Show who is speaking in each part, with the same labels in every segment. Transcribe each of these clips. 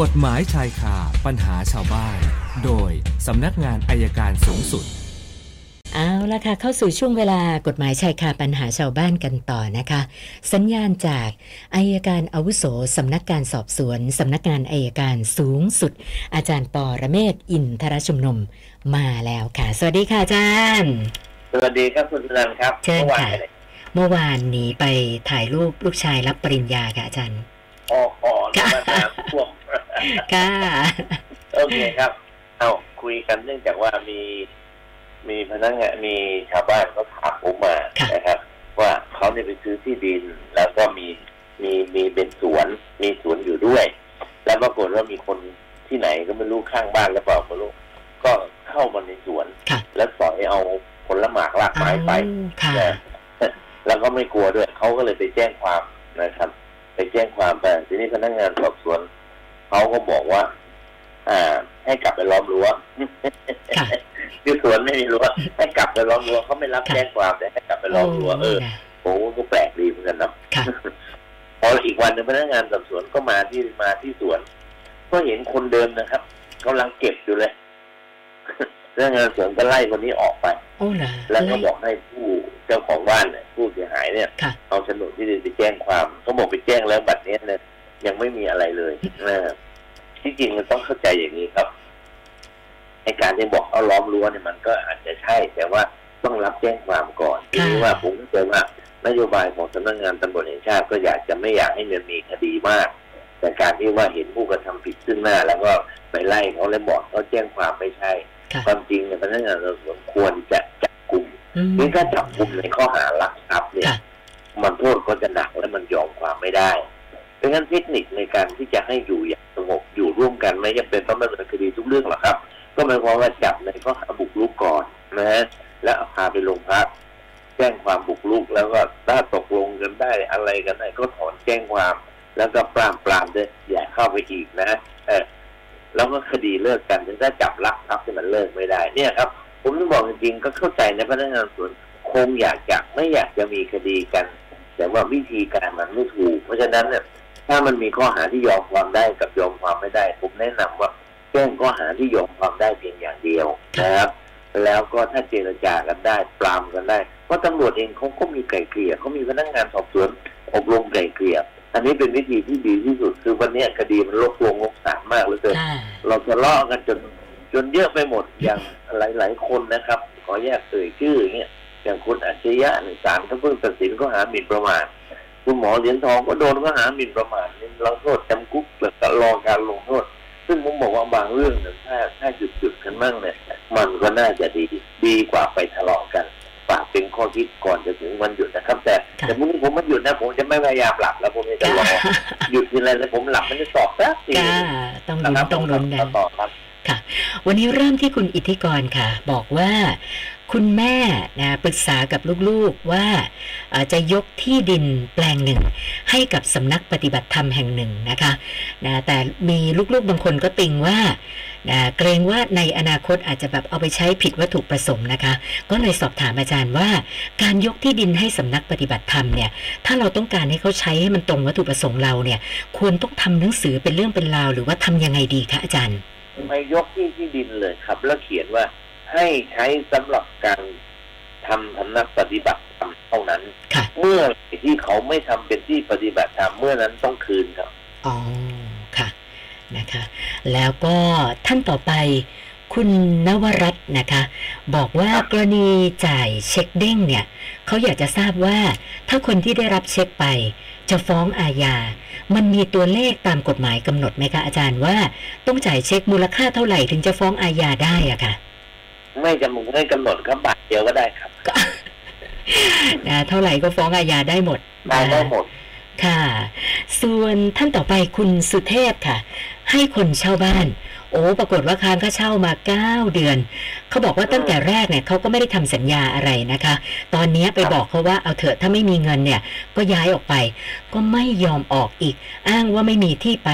Speaker 1: กฎหมายชายคาปัญหาชาวบ้าน โดยสำนักงานอายการสูงสุด
Speaker 2: เอาละค่ะ เข้าสู่ช่วงเวลากฎหมายชายคาปัญหาชาวบ้านกันต่อนะคะ สัญญาณจากอายการอาวุโสสำนักการสอบสวนสำนักงานอายการสูงสุด อาจารย์ปอระเมศวร์อินทรชุมนุมมาแล้วค่ะ สวัสดีค่ะอาจารย์
Speaker 3: สวัสดีครับคุณสุนันท์ครับ
Speaker 2: เชิญ
Speaker 3: มื่อวาน
Speaker 2: ค่ะ เมื่อวานหนี้ไปถ่ายรูปลูกชายรับปริญญาค่ะอาจารย์
Speaker 3: โอ้โหแล้วก็ น้ำท่วม
Speaker 2: ค่ะ
Speaker 3: โอเคครับ เอาคุยกันเนื่องจากว่ามี มีพนักงานมีชาวบ้านเขาถามผมมา
Speaker 2: ค่ะ
Speaker 3: นะครับ ว่าเขาเนี่ยไปซื้อที่ดิน แล้วก็มีมีมีเป็นสวน มีสวนอยู่ด้วย แล้วปรากฏว่ามีคนที่ไหนก็ไม่รู้ข้างบ้านแล้วเปล่าไม่รู้ก็เข้ามาในสวน
Speaker 2: ค่ะ
Speaker 3: แล้วสอยเอาผลหมากรากไม้ไป
Speaker 2: อ้าวค่ะ
Speaker 3: นะแล้วก็ไม่กลัวด้วย เขาก็เลยไปแจ้งความนะครับ ไปแจ้งความไปทีนี้พนักงานสอบสวนเขาก็บอกว่า อ่า ให้กลับไปล้อมรั้ว
Speaker 2: ค่ะ
Speaker 3: คือสวนไม่มีรั้วให้กลับไปล้อมรั้วเขาไม่รับแจ้งความแต่ให้กลับไปล้อมรั้วเออ
Speaker 2: โนะ
Speaker 3: โอ้โหก็แปลกดีเหมือนกันเนาะ
Speaker 2: ค่ะ
Speaker 3: พออีกวันหนึ่งพนักงานสอบสวนก็มาที่มาที่สวน ก็เห็นคนเดิมนะครับกำลังเก็บอยู่ เลยพนักงานสวนก็ไล่คนนี้ออกไป
Speaker 2: โอ้เหรอ
Speaker 3: แล้วก็บอกให้ผู้เจ้าของบ้านเนี่ยผู้เสียหายเนี่ย
Speaker 2: ค่ะ
Speaker 3: เอาโฉนดที่ดินไปแจ้งความเขาบอกไปแจ้งแล้วบัตรเนี้ยเนี่ยยังไม่มีอะไรเลยนะที่จริงมันต้องเข้าใจอย่างนี้ครับไอการที่บอกเอาล้อมรั้วเนี่ยมันก็อาจจะใช่ แต่ว่าต้องรับแจ้งความก่อนทีนี้ว่าผมเข้าใจว่านโยบายของสำนักงานตำรวจแห่งชาติก็อยากจะไม่อยากให้มันมีคดีมาก แต่การที่ว่าเห็นผู้กระทำผิดซึ่งหน้า แล้วก็ไปไล่เขาแล้วบอกเขาแจ้งความไม่ใช่
Speaker 2: ค่ะ
Speaker 3: ความจริงเนี่ยพนักงานสอบสวนควรจะจับกลุ่ม
Speaker 2: อืม
Speaker 3: นี่ถ้าจับกลุ่มในข้อหารักทรัพย์เนี่ย
Speaker 2: ค่ะ
Speaker 3: มันโทษก็จะหนักและมันยอมความไม่ได้ เพราะฉะนั้นเทคนิคในการที่จะให้อยู่อย่างสงบอยู่ร่วมกันไม่จำเป็นต้องดำเนินคดีทุกเรื่องหรอกครับ ก็หมายความว่าจับในข้อหาบุกรุกก่อนนะฮะแล้วเอาพาไปโรงพักแจ้งความบุกรุกแล้วก็ถ้าตกลงกันได้อะไรกันได้ก็ถอนแจ้งความ แล้วก็ปรามปรามด้วยอย่าเข้าไปอีกนะเออแล้วก็คดีเลิกกันถึงถ้าจับลักทรัพย์ที่มันเลิกไม่ได้เนี่ยครับ ผมต้องบอกจริงๆก็เข้าใจนะพนักงานสวนคงอยากจะไม่อยากจะมีคดีกัน แต่ว่าวิธีการมันไม่ถูก เพราะฉะนั้นเนี่ยถ้ามันมีข้อหาที่ยอมความได้กับยอมความไม่ได้ ผมแนะนำว่าแจ้งข้อหาที่ยอมความได้เพียงอย่างเดียวนะครับ แล้วก็ถ้าเจรจากันได้ปรามกันได้เพราะตำรวจเองเขาก็มีไกล่เกลี่ยเขามีพนักงานสอบสวนอบรมไกล่เกลี่ยอันนี้เป็นวิธีที่ดีที่สุด คือวันเนี้ยคดีมันลกลวงลกสารมากเหลือเกิน
Speaker 2: อ่า
Speaker 3: เราทะเลาะกันจนจนเยอะไปหมดอย่างหลาย ๆ คนนะครับ ขอแยกเอ่ยชื่ออย่างเงี้ยอย่างคุณอัจฉริยะเนี่ยศาลก็เพิ่งตัดสินข้อหาหมิ่นประมาทคุณหมอเหรียญทองก็โดนข้อหาหมิ่นประมาทเนี่ยเราโทษจำคุกแล้วก็รอการลงโทษ ซึ่งผมบอกว่าบางเรื่องเนี่ยถ้าถ้าหยุดหยุดๆกันบ้างเนี่ยมันก็น่าจะดีดีกว่าไปทะเลาะกันฝากเป็นข้อคิดก่อนจะถึงวันหยุดนะครับ แต่
Speaker 2: ค่ะ
Speaker 3: แต่พรุ่งนี้ผมไมันหยุดนะผมจะไม่พยายามหลับแล้วผมจะรอหยุดทีไรแล้วผมหลับไมันจะสอบสักที
Speaker 2: ก้าต้อง
Speaker 3: นะ
Speaker 2: ลุ้น
Speaker 3: ครับ
Speaker 2: ต้องลุ้นกัน
Speaker 3: ต่อครับ
Speaker 2: วันนี้เริ่มที่คุณอิทธิกรค่ะ บอกว่า คุณแม่นะปรึกษากับลูกๆว่าเอ่อจะยกที่ดินแปลงหนึ่ง ให้กับสำนักปฏิบัติธรรมแห่งหนึ่งนะคะนะแต่มีลูกๆบางคนก็ติงว่านะเกรงว่าในอนาคตอาจจะแบบเอาไปใช้ผิดวัตถุประสงค์นะคะ ก็เลยสอบถามอาจารย์ว่า การยกที่ดินให้สำนักปฏิบัติธรรมเนี่ย ถ้าเราต้องการให้เขาใช้ให้มันตรงวัตถุประสงค์เราเนี่ย ควรต้องทำหนังสือเป็นเรื่องเป็นราว หรือว่าทำยังไงดีคะอาจารย์
Speaker 3: ไม่ยกที่ที่ดินเลยครับ แล้วเขียนว่าให้ใช้สำหรับการทำสำนักปฏิบัติธรรมเท่านั้น
Speaker 2: ค่ะ
Speaker 3: เมื่อที่เขาไม่ทำเป็นที่ปฏิบัติธรรมเมื่อนั้นต้องคืนครับ
Speaker 2: อ๋อ ค่ะ นะคะ แล้วก็ท่านต่อไป คุณนวรัตน์นะคะ บอกว่า
Speaker 3: ครับ
Speaker 2: กรณีจ่ายเช็คเด้งเนี่ยเขาอยากจะทราบว่า ถ้าคนที่ได้รับเช็คไป จะฟ้องอาญา มันมีตัวเลขตามกฎหมายกำหนดไหมคะอาจารย์ว่า ต้องจ่ายเช็คมูลค่าเท่าไหร่ถึงจะฟ้องอาญาได้อะ ค่ะ
Speaker 3: ไม่จำเป็นไม่กำหนดครับบาทเดียวก็ได้ครับ
Speaker 2: นะเท่าไหร่ก็ฟ้องอาญาได้หมด
Speaker 3: ได้ได้หมด
Speaker 2: ค่ะ ส่วนท่านต่อไปคุณสุเทพค่ะ ให้คนเช่าบ้าน โอ้ปรากฏว่าค้างค่าเช่ามา 9 เดือน เขาบอกว่าตั้งแต่แรกเนี่ยเขาก็ไม่ได้ทำสัญญาอะไรนะคะ ตอนเนี้ยไป
Speaker 3: ครับ
Speaker 2: บอกเขาว่าเอาเถอะถ้าไม่มีเงินเนี่ย ก็ย้ายออกไป ก็ไม่ยอมออกอีก อ้างว่าไม่มีที่ไป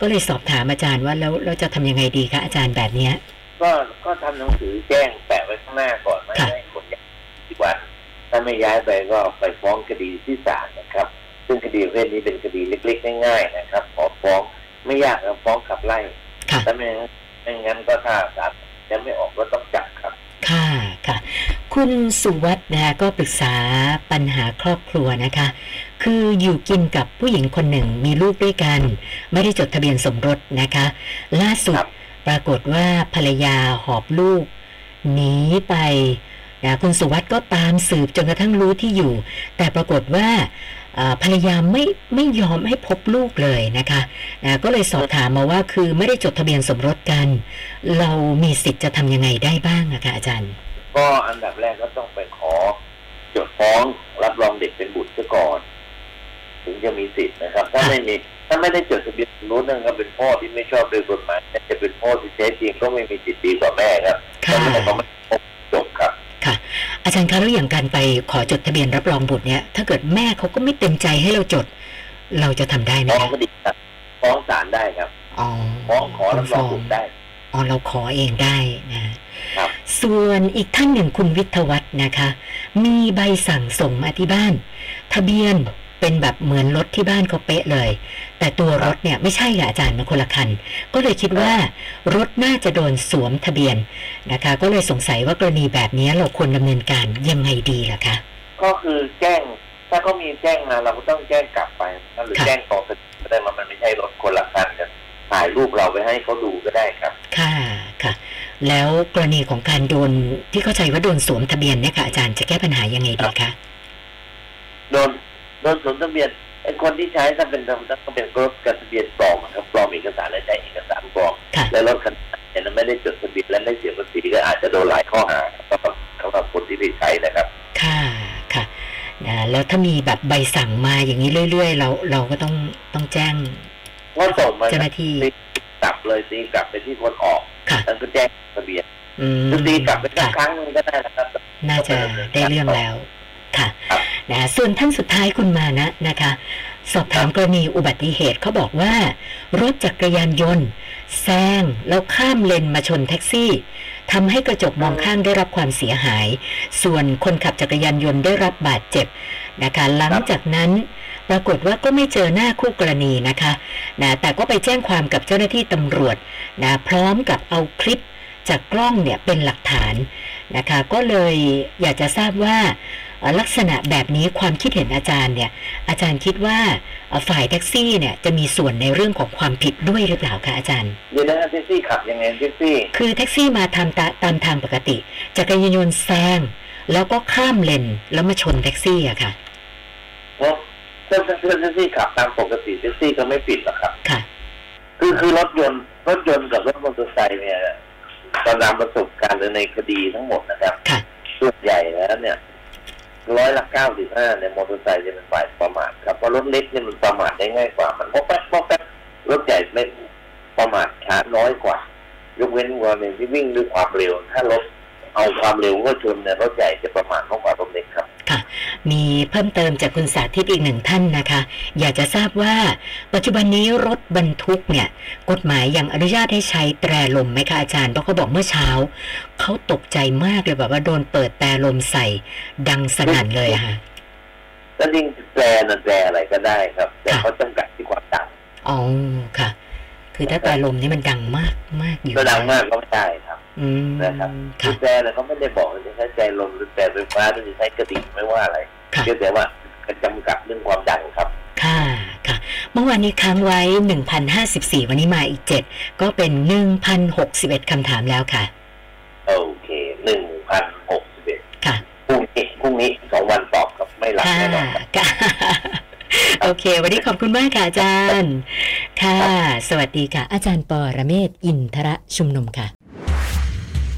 Speaker 2: ก็เลยสอบถามอาจารย์ว่าแล้วเราจะทำยังไงดีคะอาจารย์แบบเนี้ย
Speaker 3: ก็ก็ทำหนังสือแจ้งแปะไว้ข้างหน้าก่อนไม่
Speaker 2: ค่ะ
Speaker 3: ให้คนย้ายสิบวัน ถ้าไม่ย้ายไปก็ไปฟ้องคดีที่ศาลนะครับ ซึ่งคดีประเภทนี้เป็นคดีเล็กๆ ง่ายๆนะครับ ขอฟ้องไม่ ไม่ยากครับฟ้องขับไล่
Speaker 2: ค่ะ
Speaker 3: ถ้าไม่งั้นไม่งั้นก็ถ้าศาลยังไม่ออกก็ต้องจับครับ
Speaker 2: ค่ะค่ะ คุณสุวัฒน์นะคะก็ปรึกษาปัญหาครอบครัวนะคะ คืออยู่กินกับผู้หญิงคนหนึ่งมีลูกด้วยกัน ไม่ได้จดทะเบียนสมรสนะคะ ล่าสุด
Speaker 3: ครับ
Speaker 2: ปรากฏว่าภรรยาหอบลูกหนีไปนะคุณสุวัฒน์ก็ตามสืบจนกระทั่งรู้ที่อยู่ แต่ปรากฏว่าเอ่อภรรยาไม่ไม่ยอมให้พบลูกเลยนะคะนะก็เลยสอบถามมาว่าคือไม่ได้จดทะเบียนสมรสกัน เรามีสิทธิ์จะทำยังไงได้บ้างอะคะอาจารย์
Speaker 3: ก็อันดับแรกก็ต้องไปขอ จดฟ้องรับรองเด็กเป็นบุตรซะก่อน ถึงจะมีสิทธิ์นะครับ ถ้าไม่มีถ้าไม่ได้จดทะเบียนสมรสนั่นก็เป็นพ่อที่ไม่ชอบโดยกฎหมายแต่จะเป็นพ่อที่แท้จริงก็ไม่มีสิทธิ์ดีกว่าแม่ครับ
Speaker 2: ค่ะ
Speaker 3: ถ้าแม่เขาไม่จบครับ
Speaker 2: อาจารย์คะแล้วอย่างการไปขอจดทะเบียนรับรองบุตรเนี่ย ถ้าเกิดแม่เขาก็ไม่เต็มใจให้เราจด เราจะทำได้ไหม
Speaker 3: ฟ้อง
Speaker 2: คะ
Speaker 3: คดีครับฟ้องศาลได้ครับ
Speaker 2: อ๋อ
Speaker 3: ฟ้องขอรับรองบุตรได้
Speaker 2: อ๋อเราขอเองได้นะครับ ส่วนอีกท่านหนึ่งคุณวิทยวัฒน์นะคะ มีใบสั่งส่งมาที่บ้าน ทะเบียนเป็นแบบเหมือนรถที่บ้านเขาเป๊ะเลย แต่ตัวรถเนี่ยไม่ใช่ค่ะอาจารย์มันคนละคัน ก็เลยคิดว่ารถน่าจะโดนสวมทะเบียนนะคะ ก็เลยสงสัยว่ากรณีแบบนี้เราควรดำเนินการยังไงดีล่ะคะ
Speaker 3: ก็คือแจ้ง ถ้าเขามีแจ้งมาเราก็ต้องแจ้งกลับไปนะครับหรือ
Speaker 2: ค่ะ
Speaker 3: แจ้งกองสถิติก็ได้ว่ามันไม่ใช่รถคนละคันกันถ่ายรูปเราไปให้เขาดูก็ได้ครับ
Speaker 2: ค่ะค่ะ แล้วกรณีของการโดนที่เข้าใจว่าโดนสวมทะเบียนเนี่ยค่ะอาจารย์จะแก้ปัญหายังไงดีคะ
Speaker 3: โดนโดนสวมทะเบียนไอ้คนที่ใช้ถ้าเป็นถ้าเป็นรถกบทะเบียนปลอมอะครับปลอมเอกสารและใช้เอกสารปลอม
Speaker 2: ค่ะ
Speaker 3: และรถคันนั้นไม่ได้จดทะเบียนและไม่เสียภาษีก็อาจจะโดนหลายข้อหาสำหรับสำหรับคนที่ไม่ใช้นะครับ
Speaker 2: ค่ะค่ะนะแล้วถ้ามีแบบใบสั่งมาอย่างนี้เรื่อย ๆ เราเราก็ต้องต้องแจ้ง
Speaker 3: ว่าส่งมา
Speaker 2: เจ้าหน้าที่
Speaker 3: กลับเลยตีกลับไปที่คนออก
Speaker 2: ค่ะ
Speaker 3: นั้นก็แจ้งทะเบียน
Speaker 2: อืม
Speaker 3: ดนตรีกลับไปสัก
Speaker 2: ค่ะ
Speaker 3: ครั้งหนึงก็ได้นะครับ
Speaker 2: น่าจะได้เรื่องแล้วค่ะ
Speaker 3: ครับ
Speaker 2: นะส่วนท่านสุดท้ายคุณมานะนะคะ สอบถามกรณีอุบัติเหตุเขาบอกว่า รถจักรยานยนต์แซงแล้วข้ามเลนมาชนแท็กซี่ทำให้กระจกมองข้างได้รับความเสียหาย ส่วนคนขับจักรยานยนต์ได้รับบาดเจ็บนะคะหลัง
Speaker 3: ครับ
Speaker 2: จากนั้น ปรากฏว่าก็ไม่เจอหน้าคู่กรณีนะคะนะแต่ก็ไปแจ้งความกับเจ้าหน้าที่ตำรวจนะพร้อมกับเอาคลิปจากกล้องเนี่ยเป็นหลักฐาน นะคะก็เลยอยากจะทราบว่าเอ่อลักษณะแบบนี้ความคิดเห็นอาจารย์เนี่ย อาจารย์คิดว่าเอ่อฝ่ายแท็กซี่เนี่ยจะมีส่วนในเรื่องของความผิดด้วยหรือเปล่าคะอาจารย์
Speaker 3: เดี๋ยวนะฮะแท็กซี่ขับยังไงแท็กซี่
Speaker 2: คือแท็กซี่มาทำตาตามทางปกติจักรยานยนต์แซงแล้วก็ข้ามเลนแล้วมาชนแท็กซี่อะค่ะ
Speaker 3: เพราะถ้าแท็กซี่ขับตามปกติแท็กซี่ก็ไม่ผิดหรอกครับ
Speaker 2: ค่ะ
Speaker 3: คือคือรถยนต์รถยนต์กับรถมอเตอร์ไซค์เนี่ยตามประสบการณ์หรือในคดีทั้งหมดนะครับ
Speaker 2: ค่ะ
Speaker 3: ส่วนใหญ่แล้วเนี่ยร้อยละเก้าสิบห้าเนี่ยมอเตอร์ไซค์จะเป็นฝ่ายประมาทครับเพราะรถเล็กเนี่ยมันประมาทได้ง่ายกว่า มันป๊อกแป๊กป๊อกแป๊กรถใหญ่ไม่ประมาทช้าน้อยกว่า ยกเว้นกรณีที่วิ่งด้วยความเร็ว ถ้ารถเอาความเร็วก็ชนเนี่ยรถใหญ่จะประมาทมากกว่ารถเล็กครับ
Speaker 2: มีเพิ่มเติมจากคุณสาธิตอีกหนึ่งท่านนะคะ อยากจะทราบว่า ปัจจุบันนี้รถบรรทุกเนี่ย กฎหมายยังอนุญาตให้ใช้แตรลมไหมคะอาจารย์เพราะเขาบอกเมื่อเช้า เขาตกใจมากเลยแบบว่าโดนเปิดแตรลมใส่ ดังสนั่นเลยอะค่ะ
Speaker 3: ก็จริงแปลนะแปลอะไรก็ได้ครับ แต่
Speaker 2: ค่ะ
Speaker 3: เขาจำกัดที่ความดัง
Speaker 2: อ๋อค่ะ คือถ้าแตรลมนี่มันดังมากมากอยู่
Speaker 3: ก็ดังมากก็ไม่ได้ครับ
Speaker 2: อืม
Speaker 3: นะครับ
Speaker 2: ค่ะ
Speaker 3: แปลนะเขาไม่ได้บอกว่าจะใช้ใจลมหรือแปลไฟฟ้าหรือจะใช้กระดิ่งไม่ว่าอะไร
Speaker 2: ค่ะ
Speaker 3: เพียงแต่ว่าจำกัดเรื่องความดังครับ
Speaker 2: ค่ะค่ะ เมื่อวานนี้ค้างไว้ 1,054 วันนี้มาอีก 7 ก็เป็น 1,061คำถามแล้วค่ะ
Speaker 3: โอเคหนึ่งพันหกสิบเอ็ด
Speaker 2: ค่ะ
Speaker 3: พรุ่งนี้พรุ่งนี้สองวันตอบครับไม่หลับ
Speaker 2: ค่ะ
Speaker 3: แน่นอนครับ
Speaker 2: ค่ะ โอเค วันนี้ขอบคุณมากค่ะอาจารย์ ค่ะ สวัสดีค่ะ อาจารย์ปอระเมศวร์อินทระชุมนุมค่ะ